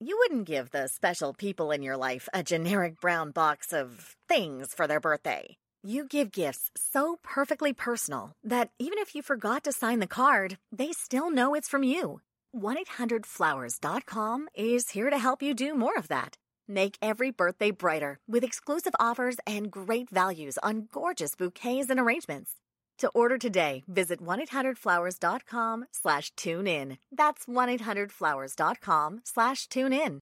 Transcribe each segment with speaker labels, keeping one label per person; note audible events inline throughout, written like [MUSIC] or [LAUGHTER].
Speaker 1: You wouldn't give the special people in your life a generic brown box of things for their birthday. You give gifts so perfectly personal that even if you forgot to sign the card, they still know it's from you. 1-800-Flowers.com is here to help you do more of that. Make every birthday brighter with exclusive offers and great values on gorgeous bouquets and arrangements. To order today, visit 1-800-Flowers.com slash tune in. That's 1-800-Flowers.com slash tune in.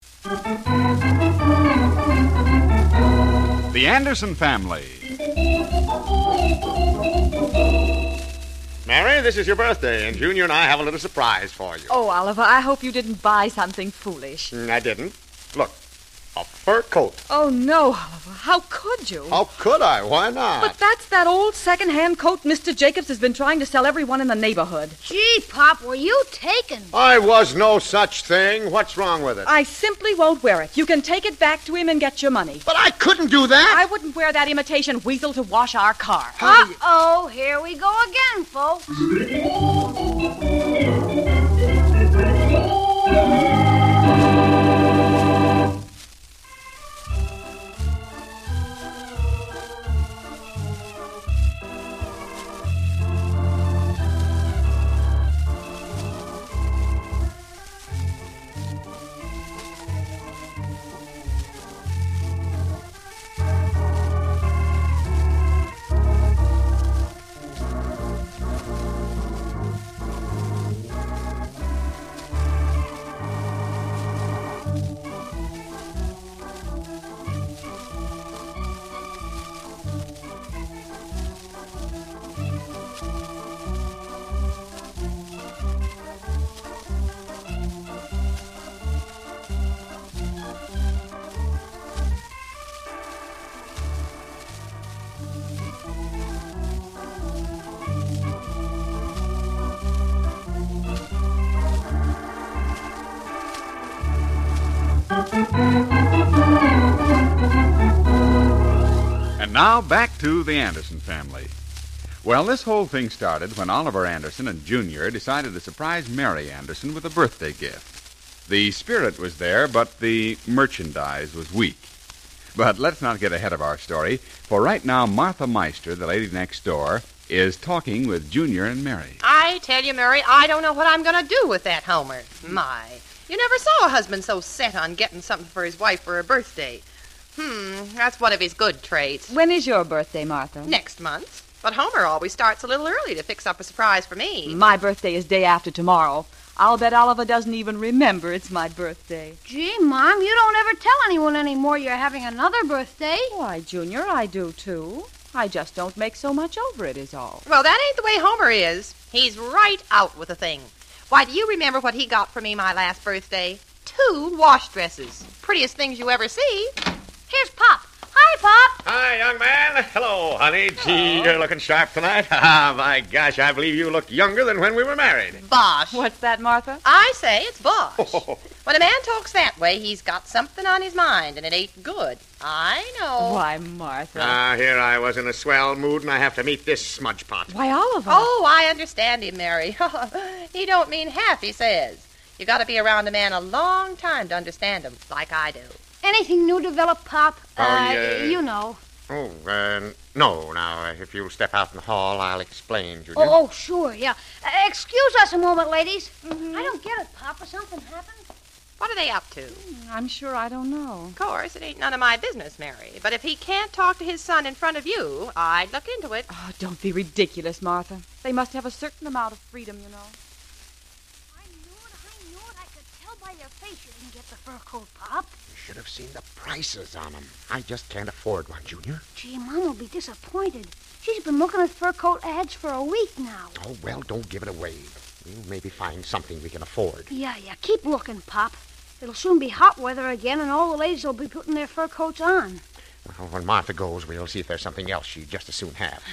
Speaker 2: The Anderson family.
Speaker 3: Mary, this is your birthday, and Junior and I have a little surprise for you.
Speaker 4: Oh, Oliver, I hope you didn't buy something foolish.
Speaker 3: Mm, I didn't. Look, a fur coat.
Speaker 4: Oh, no, Oliver. How could you?
Speaker 3: How could I? Why not?
Speaker 4: But that's that old second-hand coat Mr. Jacobs has been trying to sell everyone in the neighborhood.
Speaker 5: Gee, Pop, were you taken?
Speaker 3: I was no such thing. What's wrong with it?
Speaker 4: I simply won't wear it. You can take it back to him and get your money.
Speaker 3: But I couldn't do that.
Speaker 4: I wouldn't wear that imitation weasel to wash our car.
Speaker 3: How do you-
Speaker 5: Uh-oh, here we go again, folks.
Speaker 2: And now back to the Anderson family. Well, this whole thing started when Oliver Anderson and Junior decided to surprise Mary Anderson with a birthday gift. The spirit was there, but the merchandise was weak. But let's not get ahead of our story, for right now Martha Meister, the lady next door, is talking with Junior and Mary.
Speaker 6: I tell you, Murray, I don't know what I'm going to do with that Homer. My, you never saw a husband so set on getting something for his wife for her birthday. Hmm, that's one of his good traits.
Speaker 4: When is your birthday, Martha?
Speaker 6: Next month. But Homer always starts a little early to fix up a surprise for me.
Speaker 4: My birthday is day after tomorrow. I'll bet Oliver doesn't even remember it's my birthday.
Speaker 5: Gee, Mom, you don't ever tell anyone anymore you're having another birthday.
Speaker 4: Why, Junior, I do too. I just don't make so much over it, is all.
Speaker 6: Well, that ain't the way Homer is. He's right out with a thing. Why, do you remember what he got for me my last birthday? Two wash dresses. Prettiest things you ever see.
Speaker 5: Here's Pop. Hi, Pop.
Speaker 3: Hi, young man. Hello, honey. Gee, you're looking sharp tonight. [LAUGHS] Ah, my gosh, I believe you look younger than when we were married.
Speaker 6: Bosh.
Speaker 4: What's that, Martha?
Speaker 6: I say it's bosh. When a man talks that way, he's got something on his mind, and it ain't good. I know.
Speaker 4: Why, Martha?
Speaker 3: [LAUGHS] Ah, here I was in a swell mood, and I have to meet this smudge pot.
Speaker 4: Why, Oliver?
Speaker 6: Oh, I understand him, Mary. [LAUGHS] he don't mean half he says. You got to be around a man a long time to understand him, like I do.
Speaker 5: Anything new developed, Pop? Uh,
Speaker 3: Oh, yeah.
Speaker 5: You know.
Speaker 3: Oh, uh, no. Now, uh, if you'll step out in the hall, I'll explain, Junior.
Speaker 5: Oh, oh, sure, yeah. Uh, excuse us a moment, ladies.
Speaker 3: Mm-hmm.
Speaker 5: I don't get it, Papa. Something happened?
Speaker 6: What are they up to?
Speaker 4: I'm sure I don't know.
Speaker 6: Of course, it ain't none of my business, Mary. But if he can't talk to his son in front of you, I'd look into it.
Speaker 4: Oh, don't be ridiculous, Martha. They must have a certain amount of freedom, you know.
Speaker 5: I knew it. I knew it. I could tell by your face you didn't get the fur coat, Pop.
Speaker 3: You should have seen the prices on them. I just can't afford one, Junior.
Speaker 5: Gee, Mom will be disappointed. She's been looking at fur coat ads for a week now.
Speaker 3: Oh, well, don't give it away. We'll maybe find something we can afford.
Speaker 5: Yeah, yeah. Keep looking, Pop. It'll soon be hot weather again, and all the ladies will be putting their fur coats on.
Speaker 3: Well, when Martha goes, we'll see if there's something else she'd just as soon have.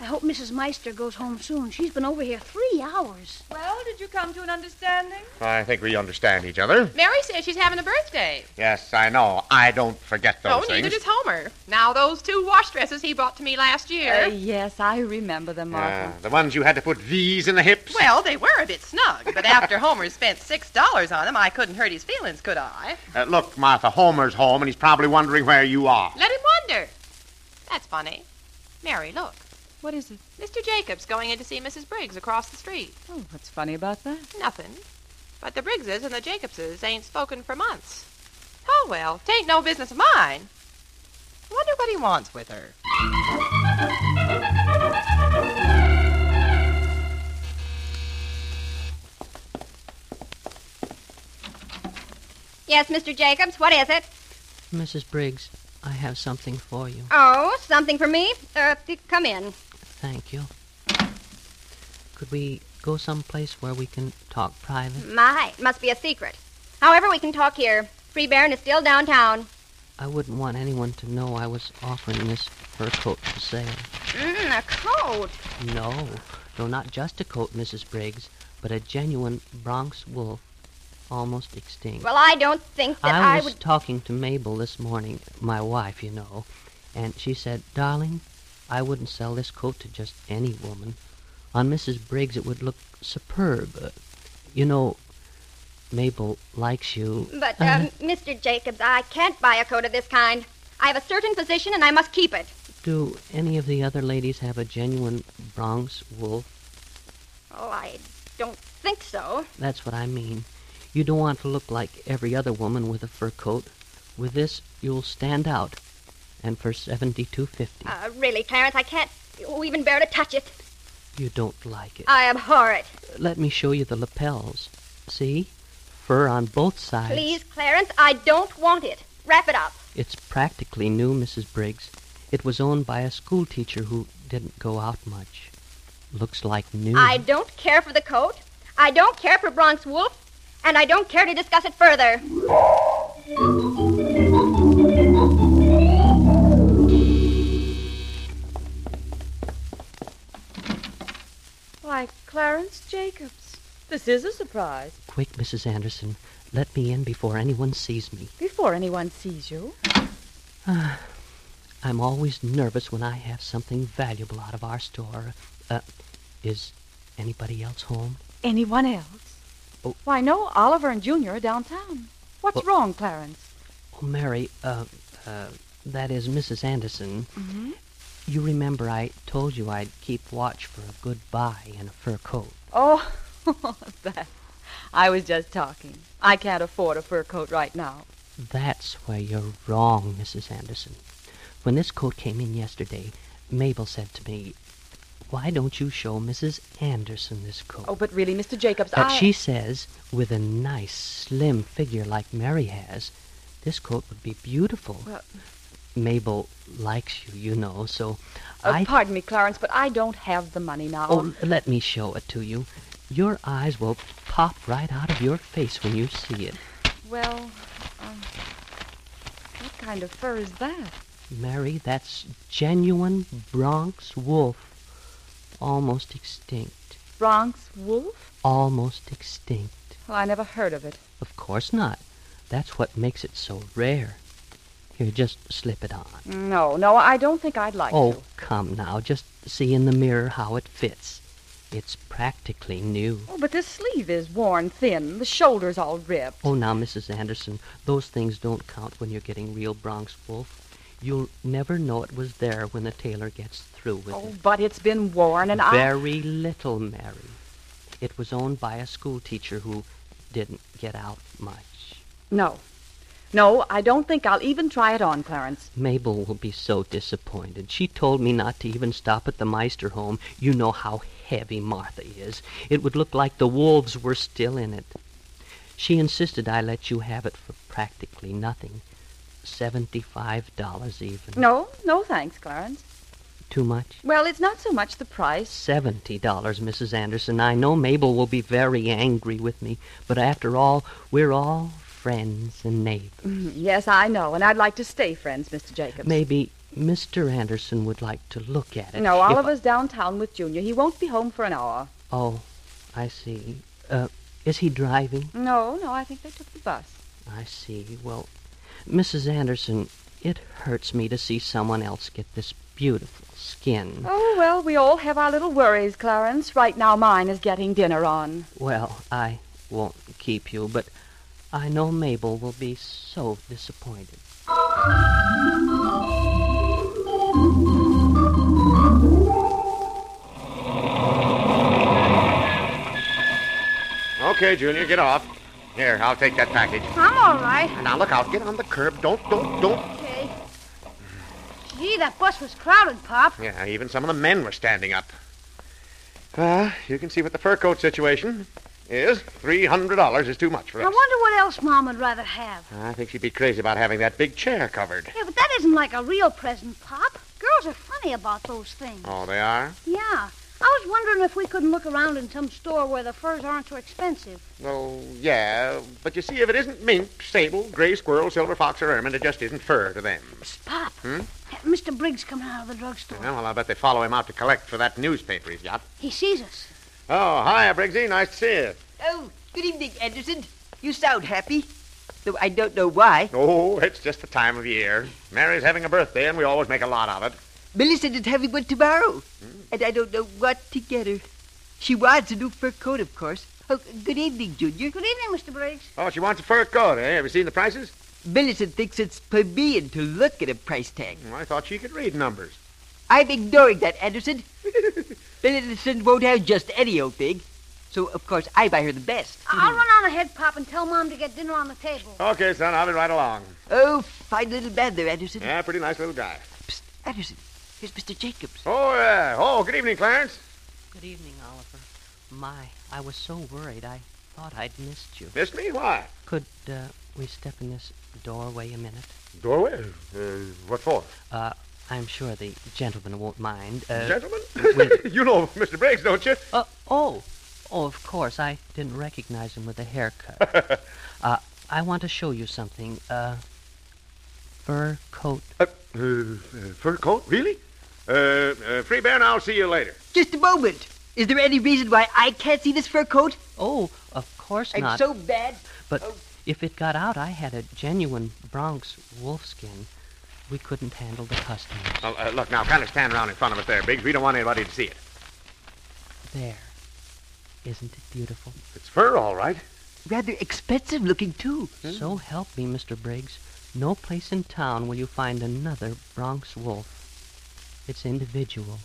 Speaker 5: I hope Mrs. Meister goes home soon. She's been over here three hours.
Speaker 7: Well, did you come to an understanding?
Speaker 3: I think we understand each other.
Speaker 6: Mary says she's having a birthday.
Speaker 3: Yes, I know. I don't forget those
Speaker 6: oh,
Speaker 3: things.
Speaker 6: neither does Homer. Now, those two wash dresses he bought to me last year.
Speaker 7: Uh, yes, I remember them, Martha.
Speaker 3: Ah, the ones you had to put V's in the hips.
Speaker 6: well, they were a bit snug, but after Homer spent six dollars on them, I couldn't hurt his feelings, could I?
Speaker 3: Uh, look, Martha, Homer's home, and he's probably wondering where you are.
Speaker 6: Let him wonder. That's funny. Mary, look.
Speaker 7: What is it?
Speaker 6: Mr. Jacobs going in to see Mrs. Briggs across the street.
Speaker 7: Oh, what's funny about that?
Speaker 6: Nothing. But the Briggses and the Jacobses ain't spoken for months. Oh, well, tain't no business of mine. Wonder what he wants with her.
Speaker 8: Yes, Mr. Jacobs, what is it?
Speaker 9: Mrs. Briggs, I have something for you.
Speaker 8: Oh, something for me? Uh, th- come in.
Speaker 9: Thank you. Could we go someplace where we can talk private?
Speaker 8: My, must be a secret. However, we can talk here. Free Baron is still downtown.
Speaker 9: I wouldn't want anyone to know I was offering this fur coat for sale.
Speaker 8: Mm, a coat.
Speaker 9: No, no, not just a coat, Mrs. Briggs, but a genuine Bronx wool, almost extinct.
Speaker 8: Well, I don't think that I,
Speaker 9: I was
Speaker 8: would.
Speaker 9: talking to Mabel this morning, my wife, you know, and she said, Darling, I wouldn't sell this coat to just any woman. On Mrs. Briggs, it would look superb. Uh, you know, Mabel likes you. Uh,
Speaker 8: But, um, Mr. Jacobs, I can't buy a coat of this kind. I have a certain position and I must keep it.
Speaker 9: Do any of the other ladies have a genuine Bronx wool?
Speaker 8: Oh, I don't think so.
Speaker 9: That's what I mean. You don't want to look like every other woman with a fur coat. With this, you'll stand out. And for seventy-two fifty,
Speaker 8: Uh, really, Clarence, I can't oh, even bear to touch it.
Speaker 9: you don't like it.
Speaker 8: I abhor it.
Speaker 9: Let me show you the lapels. See? Fur on both sides.
Speaker 8: Please, Clarence, I don't want it. Wrap it up.
Speaker 9: It's practically new, Mrs. Briggs. It was owned by a schoolteacher who didn't go out much. Looks like new.
Speaker 8: I don't care for the coat. I don't care for Bronx Wolf. And I don't care to discuss it further.
Speaker 4: Why, Clarence Jacobs. This is a surprise.
Speaker 9: Quick, Mrs. Anderson. Let me in before anyone sees me.
Speaker 4: Before anyone sees you.
Speaker 9: I'm always nervous when I have something valuable out of our store. Uh, is anybody else home?
Speaker 4: Anyone else?
Speaker 9: Oh.
Speaker 4: Why, no, Oliver and Junior are downtown. What's
Speaker 9: Well-
Speaker 4: wrong, Clarence?
Speaker 9: Oh, Mary, uh, uh, that is Mrs. Anderson.
Speaker 4: Mm-hmm.
Speaker 9: You remember I told you I'd keep watch for a good buy in a fur coat.
Speaker 4: Oh, [LAUGHS] that. I was just talking. I can't afford a fur coat right now.
Speaker 9: That's where you're wrong, Mrs. Anderson. When this coat came in yesterday, Mabel said to me, Why don't you show Mrs. Anderson this coat?
Speaker 4: Oh, but really, Mr. Jacobs,
Speaker 9: But
Speaker 4: I...
Speaker 9: she says, with a nice, slim figure like Mary has, this coat would be beautiful.
Speaker 4: Well-
Speaker 9: Mabel likes you, you know, so
Speaker 4: Oh,
Speaker 9: I...
Speaker 4: Pardon me, Clarence, but I don't have the money now.
Speaker 9: Oh, l- let me show it to you. Your eyes will pop right out of your face when you see it.
Speaker 4: Well, um, what kind of fur is that?
Speaker 9: Mary, that's genuine Bronx wolf. Almost extinct.
Speaker 4: Bronx wolf?
Speaker 9: Almost extinct.
Speaker 4: Well, I never heard of it.
Speaker 9: Of course not. That's what makes it so rare. Here, just slip it on.
Speaker 4: No, no, I don't think I'd like
Speaker 9: Oh,
Speaker 4: to.
Speaker 9: come now. Just see in the mirror how it fits. It's practically new.
Speaker 4: Oh, but this sleeve is worn thin. The shoulder's all ripped.
Speaker 9: Oh, now, Mrs. Anderson, those things don't count when you're getting real Bronx wolf. You'll never know it was there when the tailor gets through with
Speaker 4: Oh,
Speaker 9: it.
Speaker 4: but it's been worn, and I...
Speaker 9: Very little, Mary. It was owned by a schoolteacher who didn't get out much.
Speaker 4: No. No, I don't think I'll even try it on, Clarence.
Speaker 9: Mabel will be so disappointed. She told me not to even stop at the Meister home. You know how heavy Martha is. It would look like the wolves were still in it. She insisted I let you have it for practically nothing. Seventy-five dollars even.
Speaker 4: No, no thanks, Clarence.
Speaker 9: Too much?
Speaker 4: Well, it's not so much the price. [CLEARS THROAT]
Speaker 9: Seventy dollars, Mrs. Anderson. I know Mabel will be very angry with me, but after all, we're all friends and neighbors.
Speaker 4: Yes, I know, and I'd like to stay friends, Mr. Jacobs.
Speaker 9: Maybe Mr. Anderson would like to look at it.
Speaker 4: No,
Speaker 9: If
Speaker 4: Oliver's downtown with Junior. He won't be home for an hour.
Speaker 9: I- Oh, I see. Uh, is he driving?
Speaker 4: No, no, I think they took the bus.
Speaker 9: I see. Well, Mrs. Anderson, it hurts me to see someone else get this beautiful skin.
Speaker 4: Oh, well, we all have our little worries, Clarence. Right now mine is getting dinner on.
Speaker 9: Well, I won't keep you, but I know Mabel will be so disappointed.
Speaker 3: Okay, Junior, get off. Here, I'll take that package.
Speaker 5: I'm all right.
Speaker 3: Now look out, get on the curb. Don't, don't, don't.
Speaker 5: Okay. Gee, that bus was crowded, Pop.
Speaker 3: Yeah, even some of the men were standing up. Well, you can see what the fur coat situation is. Three hundred dollars is too much for
Speaker 5: I
Speaker 3: us.
Speaker 5: wonder what else Mom would rather have.
Speaker 3: I think she'd be crazy about having that big chair covered.
Speaker 5: Yeah, but that isn't like a real present, Pop. Girls are funny about those things.
Speaker 3: Oh, they are?
Speaker 5: Yeah. I was wondering if we couldn't look around in some store where the furs aren't so expensive.
Speaker 3: Well, yeah. But you see, if it isn't mink, sable, gray squirrel, silver fox, or ermine, it just isn't fur to them. Hmm?
Speaker 5: Psst, Pop. Mr. Briggs coming out of the drugstore.
Speaker 3: Well, I'll bet they follow him out to collect for that newspaper he's got.
Speaker 5: He sees us.
Speaker 3: Oh, hi, Briggsy. Nice to see you.
Speaker 10: Oh, good evening, Anderson. You sound happy, though I don't know why.
Speaker 3: Oh, it's just the time of year. Mary's having a birthday, and we always make a lot of it.
Speaker 10: Millicent is having one tomorrow,
Speaker 3: Hmm.
Speaker 10: and I don't know what to get her. She wants a new fur coat, of course. Oh, good evening, Junior.
Speaker 5: Good evening, Mr. Briggs.
Speaker 3: Oh, she wants a fur coat, eh? Have you seen the prices?
Speaker 10: Millicent thinks it's plebeian to look at a price tag.
Speaker 3: Well, Hmm, I thought she could read numbers.
Speaker 10: I'm ignoring that,
Speaker 3: [LAUGHS]
Speaker 10: Anderson. Millicent won't have just any old thing, so of course I buy her the best.
Speaker 5: I'll run on ahead, Pop, and tell Mom to get dinner on the table.
Speaker 3: Okay, son, I'll be right along.
Speaker 10: Oh, fine little man there, Anderson.
Speaker 3: Yeah, pretty nice little guy.
Speaker 10: Psst, Anderson, here's Mr. Jacobs.
Speaker 3: Oh, yeah. Oh, good evening, Clarence.
Speaker 9: Good evening, Oliver. My, I was so worried. I thought I'd missed you.
Speaker 3: Missed me? Why?
Speaker 9: Could uh, we step in this doorway a minute?
Speaker 3: Doorway. Uh, what for?
Speaker 9: Uh, I'm sure the gentleman won't mind. Uh,
Speaker 3: Gentlemen? [LAUGHS]
Speaker 9: with-
Speaker 3: you know Mr. Briggs, don't you?
Speaker 9: uh, oh, oh, of course. I didn't recognize him with a haircut.
Speaker 3: [LAUGHS]
Speaker 9: uh, I want to show you something. Uh, fur coat.
Speaker 3: Uh, uh, uh, fur coat? Really? Uh, uh, Free Baron, I'll see you later.
Speaker 10: Just a moment. Is there any reason why I can't see this fur coat?
Speaker 9: Oh, of course
Speaker 10: I'm
Speaker 9: not.
Speaker 10: so bad.
Speaker 9: but
Speaker 10: oh.
Speaker 9: if it got out, I had a genuine Bronx wolfskin. We couldn't handle the customers.
Speaker 3: Well, uh, look, now, kind of stand around in front of us there, Biggs. We don't want anybody to see it.
Speaker 9: There. Isn't it beautiful?
Speaker 3: It's fur, all right. Hmm?
Speaker 10: Rather expensive looking, too.
Speaker 9: So help me, Mr. Briggs. No place in town will you find another Bronx wolf. It's individual,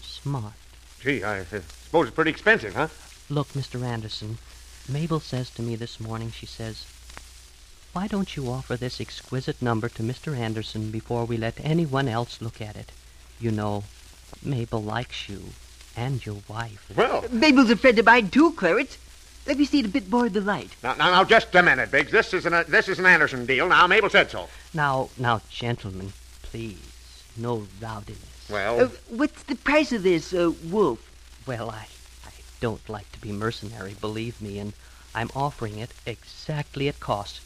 Speaker 9: smart.
Speaker 3: Gee, I uh, suppose it's pretty expensive, huh?
Speaker 9: Look, Mr. Anderson, Mabel says to me this morning, she says, Why don't you offer this exquisite number to Mr. Anderson before we let anyone else look at it? You know, Mabel likes you and your wife.
Speaker 3: Well,
Speaker 10: Mabel's a friend of mine, too, Clarence. Let me see it a bit more in the light.
Speaker 3: now, now, now, just a minute, Biggs. This is an uh, this is an Anderson deal. Now, Mabel said so.
Speaker 9: Now, now, gentlemen, please, no rowdiness.
Speaker 3: Well,
Speaker 10: Uh, what's the price of this uh, wolf?
Speaker 9: Well, I, I don't like to be mercenary, believe me, and I'm offering it exactly at cost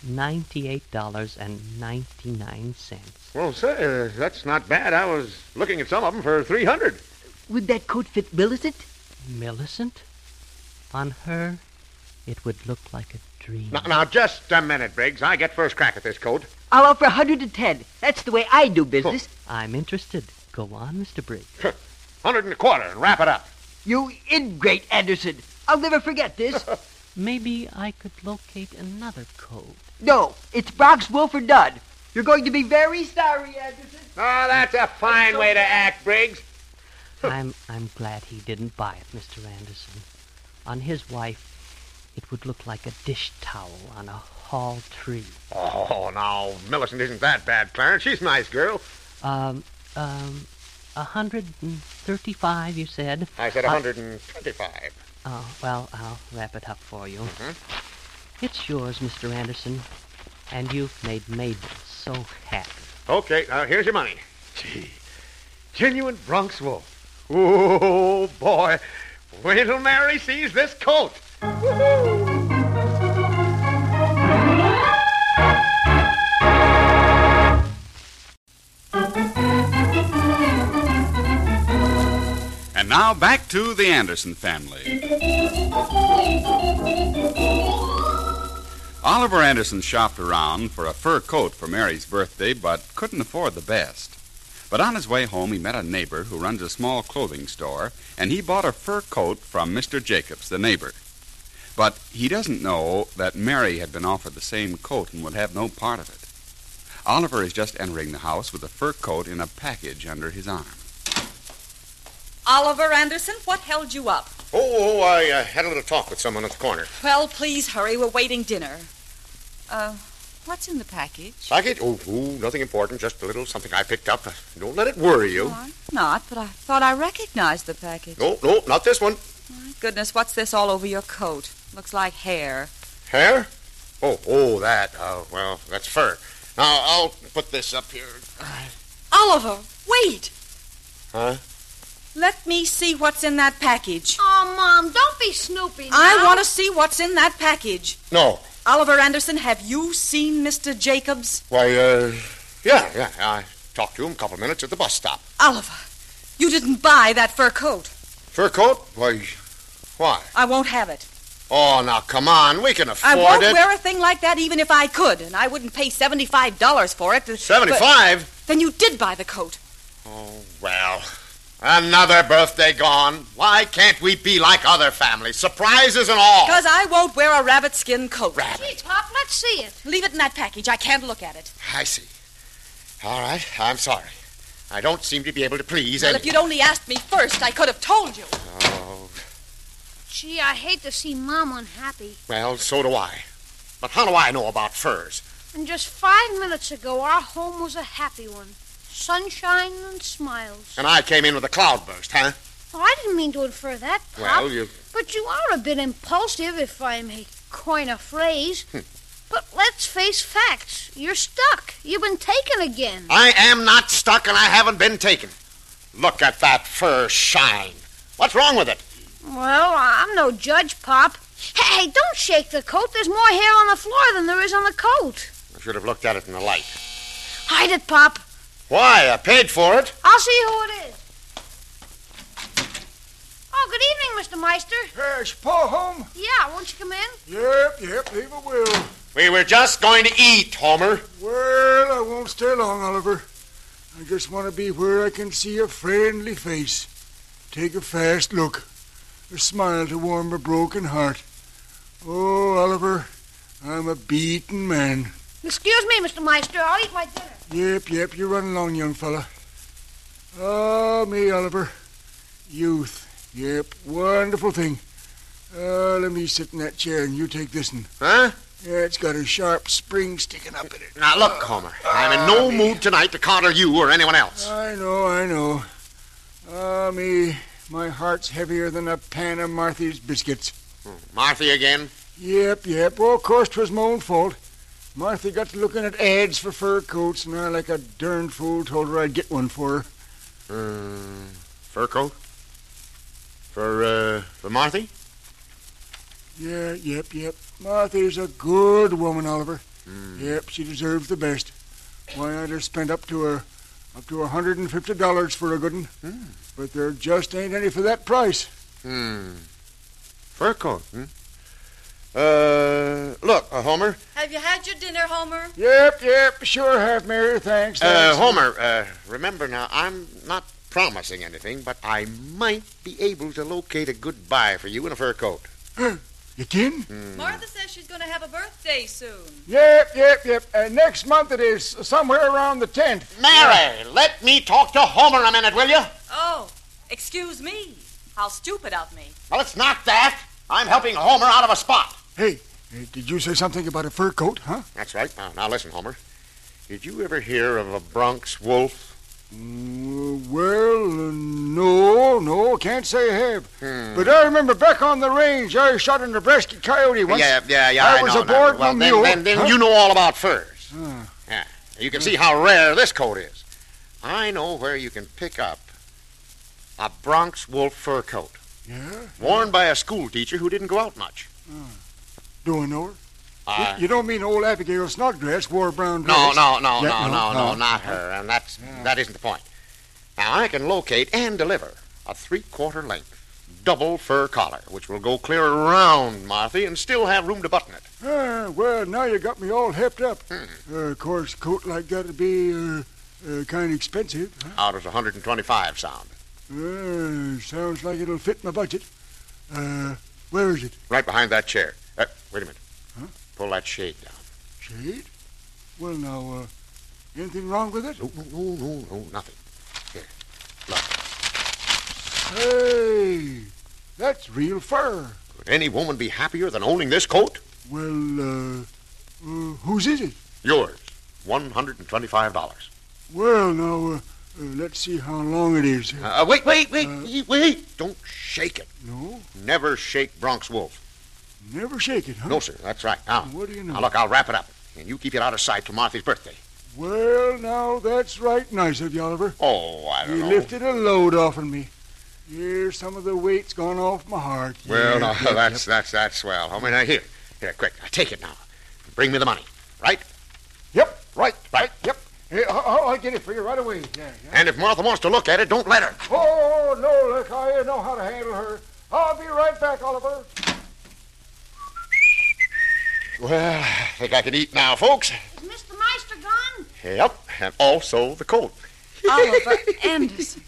Speaker 9: $98.99.
Speaker 3: well, sir, uh, that's not bad. I was looking at some of them for three hundred.
Speaker 10: Would that coat fit Millicent?
Speaker 9: Millicent? On her, it would look like a dream.
Speaker 3: Now, now, just a minute, Biggs. I get first crack at this coat.
Speaker 10: I'll offer a 110. That's the way I do business.
Speaker 9: I'm interested. Go on, Mr. Briggs.
Speaker 3: Hundred and a quarter, and wrap it up.
Speaker 10: You ingrate, Anderson. I'll never forget
Speaker 3: [LAUGHS]
Speaker 10: this.
Speaker 9: Maybe I could locate another coat.
Speaker 10: no, it's Bronx Wolf or none. You're going to be very sorry, Anderson.
Speaker 3: Oh, that's a fine way to act, Briggs.
Speaker 9: I'm, I'm glad he didn't buy it, Mr. Anderson. On his wife, it would look like a dish towel on a hall tree.
Speaker 3: Oh, now, Millicent isn't that bad, Clarence. She's a nice girl.
Speaker 9: Um, um, a hundred and thirty-five, you said?
Speaker 3: I said a hundred and twenty-five.
Speaker 9: Oh, well, I'll wrap it up for you. It's yours, Mr. Anderson. And you've made Mabel so happy.
Speaker 3: Okay, now here's your money. Gee, genuine Bronx wolf. Oh, boy. Wait till Mary sees this coat.
Speaker 2: Now back to the Anderson family. Oliver Anderson shopped around for a fur coat for Mary's birthday, but couldn't afford the best. But on his way home, he met a neighbor who runs a small clothing store, and he bought a fur coat from Mr. Jacobs, the neighbor. But he doesn't know that Mary had been offered the same coat and would have no part of it. Oliver is just entering the house with a fur coat in a package under his arm.
Speaker 11: Oliver Anderson, what held you up?
Speaker 3: Oh, oh I uh, had a little talk with someone at the corner.
Speaker 11: Well, please hurry. We're waiting dinner. Uh, what's in the package?
Speaker 3: Package? Oh, oh, nothing important. Just a little something I picked up. Don't let it worry you.
Speaker 11: I'm not, but I thought I recognized the package.
Speaker 3: No, no, not this one.
Speaker 11: My goodness, what's this all over your coat? Looks like hair.
Speaker 3: Hair? Oh, oh, that. Oh, well, that's fur. Now I'll put this up here.
Speaker 11: Oliver, wait.
Speaker 3: Huh?
Speaker 11: Let me see what's in that package.
Speaker 5: Oh, Mom, don't be snoopy.
Speaker 11: I
Speaker 5: now.
Speaker 11: want to see what's in that package.
Speaker 3: No.
Speaker 11: Oliver Anderson, have you seen Mr. Jacobs?
Speaker 3: Why, uh, yeah, yeah. I talked to him a couple of minutes at the bus stop.
Speaker 11: Oliver, you didn't buy that fur coat.
Speaker 3: Fur coat? Why, why?
Speaker 11: I won't have it.
Speaker 3: Oh, now come on. We can afford
Speaker 11: I won't
Speaker 3: it.
Speaker 11: wear a thing like that even if I could, and I wouldn't pay $75 for it. but-
Speaker 3: Seventy-five.
Speaker 11: Then you did buy the coat.
Speaker 3: Oh well. Another birthday gone. Why can't we be like other families? Surprises and all.
Speaker 11: Because I won't wear a rabbit skin coat.
Speaker 3: Rabbit.
Speaker 5: Gee, Pop, let's see it.
Speaker 11: Leave it in that package. I can't look at it.
Speaker 3: I see. All right, I'm sorry. I don't seem to be able to please
Speaker 11: Well,
Speaker 3: any.
Speaker 11: if you'd only asked me first, I could have told you.
Speaker 3: Oh,
Speaker 5: Gee, I hate to see Mom unhappy.
Speaker 3: well, so do I. But how do I know about furs?
Speaker 5: And just five minutes ago, our home was a happy one. Sunshine and smiles.
Speaker 3: And I came in with a cloudburst, huh?
Speaker 5: Oh, I didn't mean to infer that, Pop.
Speaker 3: Well, you.
Speaker 5: But you are a bit impulsive, if I may coin a phrase.
Speaker 3: Hmm.
Speaker 5: but let's face facts. You're stuck. You've been taken again.
Speaker 3: I am not stuck and I haven't been taken. Look at that fur shine. What's wrong with it?
Speaker 5: Well, I'm no judge, Pop. Hey, don't shake the coat. There's more hair on the floor than there is on the coat.
Speaker 3: I should have looked at it in the light.
Speaker 5: Hide it, Pop.
Speaker 3: Why? I paid for it.
Speaker 5: I'll see who it is. Oh, good evening, Mr. Meister.
Speaker 12: Hirsch, Paul home?
Speaker 5: Yeah, won't you come in?
Speaker 12: Yep, yep, leave a will.
Speaker 3: We were just going to eat, Homer.
Speaker 12: Well, I won't stay long, Oliver. I just want to be where I can see a friendly face. Take a fast look. A smile to warm a broken heart. Oh, Oliver, I'm a beaten man.
Speaker 5: Excuse me, Mr. Meister. I'll eat my dinner.
Speaker 12: Yep, yep, you run along, young fella. Oh, me, Oliver. Youth. Yep, wonderful thing. Uh, let me sit in that chair and you take this one.
Speaker 3: Huh?
Speaker 12: Yeah, it's got a sharp spring sticking up in it.
Speaker 3: Now, look, Homer, I'm in
Speaker 12: Ah,
Speaker 3: no mood tonight to coddle you or anyone else.
Speaker 12: I know, I know. Ah, me, my heart's heavier than a pan of Marthy's biscuits.
Speaker 3: Marthy Hmm, again?
Speaker 12: Yep, yep. Well, of course, 'twas my own fault. Marthy got to looking at ads for fur coats, and I, like a darned fool, told her I'd get one for her.
Speaker 3: Uh, fur coat? For, uh, for Marthy?
Speaker 12: Yeah, yep, yep. Marthy's a good woman, Oliver. Yep, she deserves the best. Why, I'd have spent up to a, up to a hundred and fifty dollars for a good one, but there just ain't any for that price.
Speaker 3: Hmm. Fur coat, hmm? Uh, look, uh, Homer.
Speaker 11: Have you had your dinner, Homer?
Speaker 12: Yep, yep, sure have, Mary. Thanks.
Speaker 3: Uh,
Speaker 12: thanks.
Speaker 3: Homer, uh, remember now, I'm not promising anything, but I might be able to locate a good buy for you in a fur coat. Hmm.
Speaker 12: You kidding?
Speaker 4: Martha says she's going to have a birthday soon.
Speaker 12: Yep, yep, yep. Uh, next month it is, somewhere around the 10th.
Speaker 3: Mary, let me talk to Homer a minute, will you?
Speaker 4: Oh, excuse me. How stupid of me.
Speaker 3: Well, it's not that. I'm helping Homer out of a spot.
Speaker 12: Hey, uh, did you say something about a fur coat, huh?
Speaker 3: That's right. Now, now listen, Homer. Did you ever hear of a Bronx wolf?
Speaker 12: Mm, well, uh, no, no, can't say I have.
Speaker 3: Hmm.
Speaker 12: But I remember back on the range, I shot a Nebraska coyote once.
Speaker 3: yeah, yeah, yeah.
Speaker 12: I,
Speaker 3: I
Speaker 12: was
Speaker 3: know,
Speaker 12: aboard
Speaker 3: now. Well,
Speaker 12: my
Speaker 3: then,
Speaker 12: mule.
Speaker 3: then, then
Speaker 12: Huh?
Speaker 3: you know all about furs.
Speaker 12: Ah.
Speaker 3: Yeah. You can see how rare this coat is. I know where you can pick up a Bronx wolf fur coat
Speaker 12: Yeah?
Speaker 3: worn by a school teacher who didn't go out much.
Speaker 12: Do I know her?
Speaker 3: Uh,
Speaker 12: you, you don't mean old Abigail Snodgrass wore a brown dress?
Speaker 3: No, no, no,
Speaker 12: Yeah,
Speaker 3: no, no, no,
Speaker 12: huh?
Speaker 3: not her. And that's that isn't the point. Now I can locate and deliver a three quarter length, double fur collar, which will go clear around Marthy and still have room to button it.
Speaker 12: Ah, well, now you got me all hepped up.
Speaker 3: Hmm.
Speaker 12: Uh, of course, coat like that'd be uh, uh, kind of expensive.
Speaker 3: Out of 125 sound.
Speaker 12: Uh, sounds like it'll fit my budget. Uh, where is it?
Speaker 3: Right behind that chair. Uh, wait a minute. Pull that shade down.
Speaker 12: Shade? Well, now, uh, anything wrong with it?
Speaker 3: No, no, no, no, nothing. Here,
Speaker 12: Hey, that's real fur.
Speaker 3: Could any woman be happier than owning this coat?
Speaker 12: Well, uh, uh, whose is it?
Speaker 3: Yours. $125.
Speaker 12: Well, now, uh, uh, let's see how long it is.
Speaker 3: Uh, wait, wait, wait, wait. Don't shake it.
Speaker 12: No?
Speaker 3: Never shake Bronx Wolf.
Speaker 12: Never shake it, huh?
Speaker 3: No, sir, that's right. Now,
Speaker 12: What do you know?
Speaker 3: now look, I'll wrap it up. And you keep it out of sight till Marthy's birthday.
Speaker 12: Well, now, that's right nice of you, Oliver.
Speaker 3: Oh, I don't
Speaker 12: You
Speaker 3: know.
Speaker 12: lifted a load off of me. Here, some of the weight's gone off my heart.
Speaker 3: Well,
Speaker 12: Yeah,
Speaker 3: now,
Speaker 12: yeah,
Speaker 3: that's, that's, that's swell. Homie, now, here. Here, quick. Now, take it now. Bring me the money. Right?
Speaker 12: Yep,
Speaker 3: right, right. Yep.
Speaker 12: Hey, I'll, I'll- I'll get it for you right away. Yeah, yeah.
Speaker 3: And if Martha wants to look at it, don't let her.
Speaker 12: Oh, no, look, I know how to handle her. I'll be right back, Oliver.
Speaker 3: Well, I think I can eat now, folks.
Speaker 5: Is Mr. Meister
Speaker 4: [LAUGHS]
Speaker 5: gone?
Speaker 3: Yep, and also the coat.
Speaker 11: Oliver Anderson.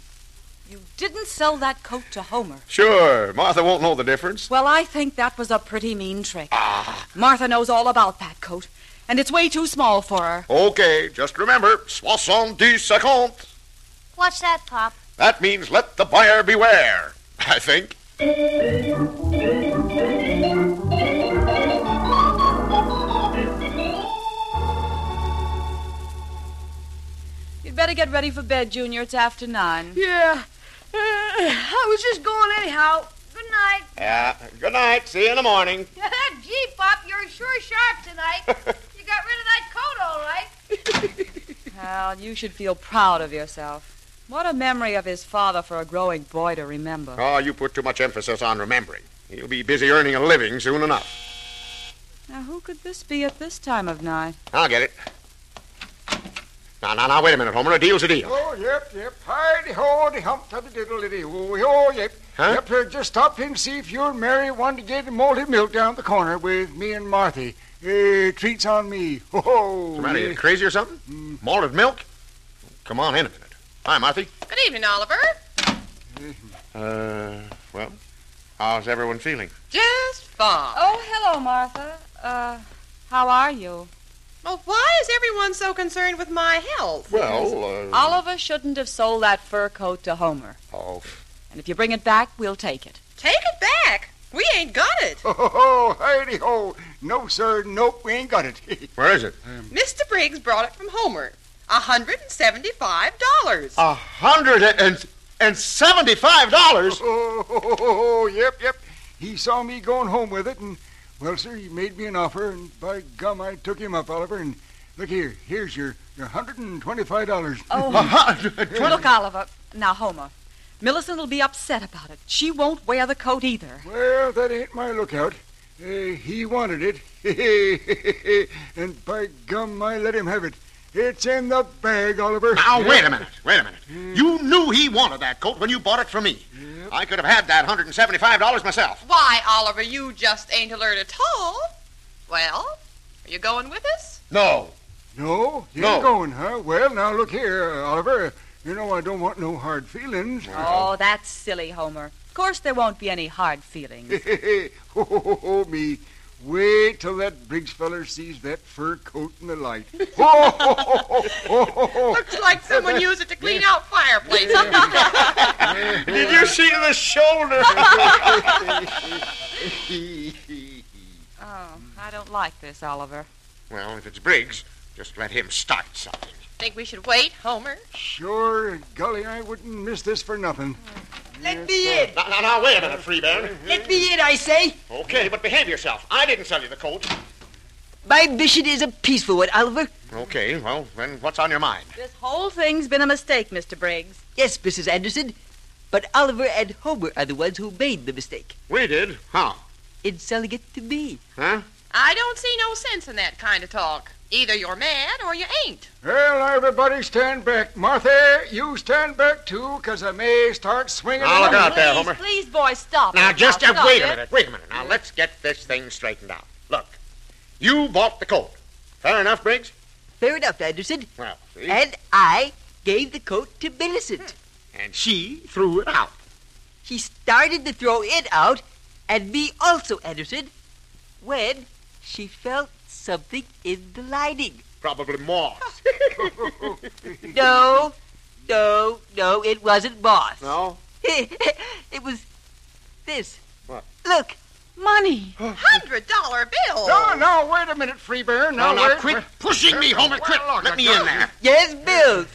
Speaker 11: You didn't sell that coat to Homer.
Speaker 3: Sure, Martha won't know the difference.
Speaker 11: Well, I think that was a pretty mean trick.
Speaker 3: Ah.
Speaker 11: Martha knows all about that coat, and it's way too small for her.
Speaker 3: Okay, just remember, soixante-dix secondes.
Speaker 5: What's that, Pop?
Speaker 3: That means let the buyer beware, I think.
Speaker 4: You'd better get ready for bed, Junior. It's after nine.
Speaker 5: Yeah. [LAUGHS] I was just going anyhow. Good night.
Speaker 3: Yeah, good night. See you in the morning.
Speaker 5: [LAUGHS] Gee, Pop, you're sure sharp tonight. you got rid of that coat all right.
Speaker 4: Well, you should feel proud of yourself. What a memory of his father for a growing boy to remember.
Speaker 3: Oh, you put too much emphasis on remembering. You'll be busy earning a living soon enough.
Speaker 4: Now, who could this be at this time of night?
Speaker 3: I'll get it. Now, now, now, wait a minute, Homer. A deal's a deal.
Speaker 12: Oh, yep, yep. Hidey ho, de hump, to the diddle, diddy, oh, oh, yep.
Speaker 3: Huh?
Speaker 12: Yep, uh, just stopped in to see if you and Mary wanted to get the malted milk down at the corner with me and Marthy. Uh, treats on me. Ho ho.
Speaker 3: What's the matter? You crazy or something? Malted milk? Come on in a minute. Hi, Marthy.
Speaker 6: Good evening, Oliver.
Speaker 3: Uh, well, how's everyone feeling?
Speaker 6: Just fine.
Speaker 4: Oh, hello, Martha. Uh, how are you?
Speaker 6: Well, why is everyone so concerned with my health?
Speaker 3: Well,
Speaker 4: Oliver shouldn't have sold that fur coat to Homer.
Speaker 3: Oh.
Speaker 4: And if you bring it back, we'll take it.
Speaker 6: Take it back. We ain't got
Speaker 12: [LAUGHS]
Speaker 6: it.
Speaker 12: Ho ho ho, hidey Oh, ho. No, sir, nope, we ain't got it. [LAUGHS]
Speaker 3: Where is it?
Speaker 6: Mr. Briggs brought it from Homer. A $175.
Speaker 3: A hundred and and seventy-five
Speaker 12: [LAUGHS]
Speaker 3: dollars.
Speaker 12: Oh, ho, ho, ho, ho, yep, yep. He saw me going home with it, and well, sir, he made me an offer, and by gum, I took him up, Oliver. And look here, here's your your hundred and twenty-five dollars.
Speaker 6: Oh.
Speaker 12: [LAUGHS]
Speaker 4: Look, Oliver. Now, Homer. Millicent will be upset about it. She won't wear the coat either.
Speaker 12: Well, that ain't my lookout. Uh, he wanted it, [LAUGHS] and by gum, I let him have it. It's in the bag, Oliver.
Speaker 3: Now, wait a minute. Wait a minute.
Speaker 12: Mm.
Speaker 3: You knew he wanted that coat when you bought it from me. I could have had that hundred and seventy-five dollars myself.
Speaker 6: Why, Oliver, you just ain't alert at all. Well, are you going with us?
Speaker 3: No.
Speaker 12: No, you're
Speaker 3: No.
Speaker 12: going, huh? Well, now look here, uh, Oliver. You know I don't want no hard feelings.
Speaker 4: Oh, that's silly, Homer. Of course there won't be any hard feelings.
Speaker 12: [LAUGHS] [LAUGHS] ho, ho, ho, ho, me. Wait till that Briggs feller sees that fur coat in the
Speaker 3: [LAUGHS]
Speaker 12: light. Ho, ho, ho, ho, ho, ho, ho.
Speaker 6: Looks like someone used it to clean out [LAUGHS] fireplaces.
Speaker 3: Did you see the shoulder?
Speaker 4: Oh, I don't like this, Oliver.
Speaker 3: well, if it's Briggs, just let him start something.
Speaker 6: Think we should wait, Homer?
Speaker 12: Sure, golly, I wouldn't miss this for nothing.
Speaker 13: Let me in.
Speaker 3: uh, Now, now, now, wait a minute, Freebairn.
Speaker 13: Let me in, I say.
Speaker 3: Okay, but behave yourself. I didn't sell you the coat.
Speaker 10: My mission is a peaceful one, Oliver.
Speaker 3: Okay, well, then what's on your mind?
Speaker 4: This whole thing's been a mistake, Mr. Briggs.
Speaker 10: Yes, Mrs. Anderson. But Oliver and Homer are the ones who made the mistake.
Speaker 3: We did? How?
Speaker 10: In selling it to me.
Speaker 3: Huh?
Speaker 6: I don't see no sense in that kind of talk. Either you're mad or you ain't.
Speaker 12: Well, everybody stand back. Martha, you stand back too, because I may start swinging.
Speaker 3: Now, look
Speaker 12: around.
Speaker 3: out there, Homer.
Speaker 4: Please, boys, stop.
Speaker 3: Now,
Speaker 4: it.
Speaker 3: just a,
Speaker 4: Now, stop
Speaker 3: wait a
Speaker 4: it.
Speaker 3: minute. Wait a minute. Now, let's get this thing straightened out. Look, you bought the coat. Fair enough, Briggs?
Speaker 10: Fair enough, Anderson.
Speaker 3: Well, see?
Speaker 10: And I gave the coat to Millicent.
Speaker 3: And she threw it out.
Speaker 10: She started to throw it out, and me also, Anderson, when she felt something in the lining.
Speaker 3: Probably moss.
Speaker 10: [LAUGHS] no, no, no, it wasn't moss.
Speaker 3: No?
Speaker 10: [LAUGHS] it was this.
Speaker 3: What?
Speaker 10: Look,
Speaker 12: [GASPS]
Speaker 10: money.
Speaker 6: Hundred dollar bill.
Speaker 12: No, no, wait a minute, Freeburn.
Speaker 3: Now,
Speaker 12: Now,
Speaker 3: now,
Speaker 12: wait-
Speaker 3: quit pushing me, Homer. Quit.
Speaker 12: Well, look,
Speaker 3: Let me in there.
Speaker 10: Yes, bills.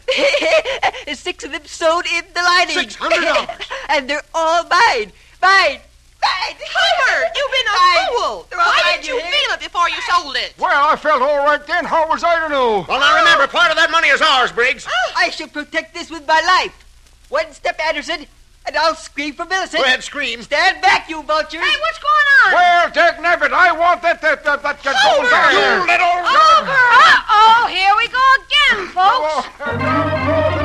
Speaker 10: [LAUGHS] Six of them sewed in the lining.
Speaker 3: Six hundred dollars.
Speaker 10: [LAUGHS] and they're all mine. Mine. Mine.
Speaker 6: Homer, you've been a fool.
Speaker 10: They're all
Speaker 6: Why
Speaker 10: mine,
Speaker 6: did you
Speaker 10: hear?
Speaker 6: feel it before you sold it?
Speaker 12: Well, I felt all right then. How was I to know?
Speaker 3: Well, now remember, part of that money is ours, Briggs.
Speaker 10: Oh, I shall protect this with my life. One step, Anderson, and I'll scream for Millicent.
Speaker 3: Go ahead, scream.
Speaker 10: Stand back, you vultures. Hey,
Speaker 6: what's going
Speaker 12: Well, Dick Nevitt, I want that that that that, that gold back there.
Speaker 3: You little
Speaker 5: Oh, Uh-oh, here we go again, folks.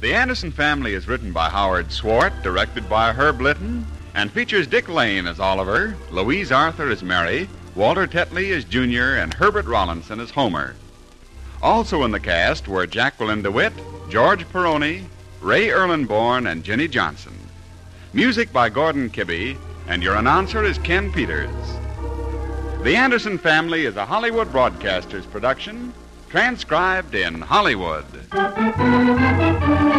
Speaker 2: The Anderson Family is written by Howard Swart, directed by Herb Litton, and features Dick Lane as Oliver, Louise Arthur as Mary, Walter Tetley as Junior, and Herbert Rollinson as Homer. Also in the cast were Jacqueline DeWitt, George Peroni, Ray Erlenborn, and Jenny Johnson. Music by Gordon Kibbe, and your announcer is Ken Peters. The Anderson Family is a Hollywood Broadcasters production, transcribed in Hollywood.
Speaker 14: Thank you.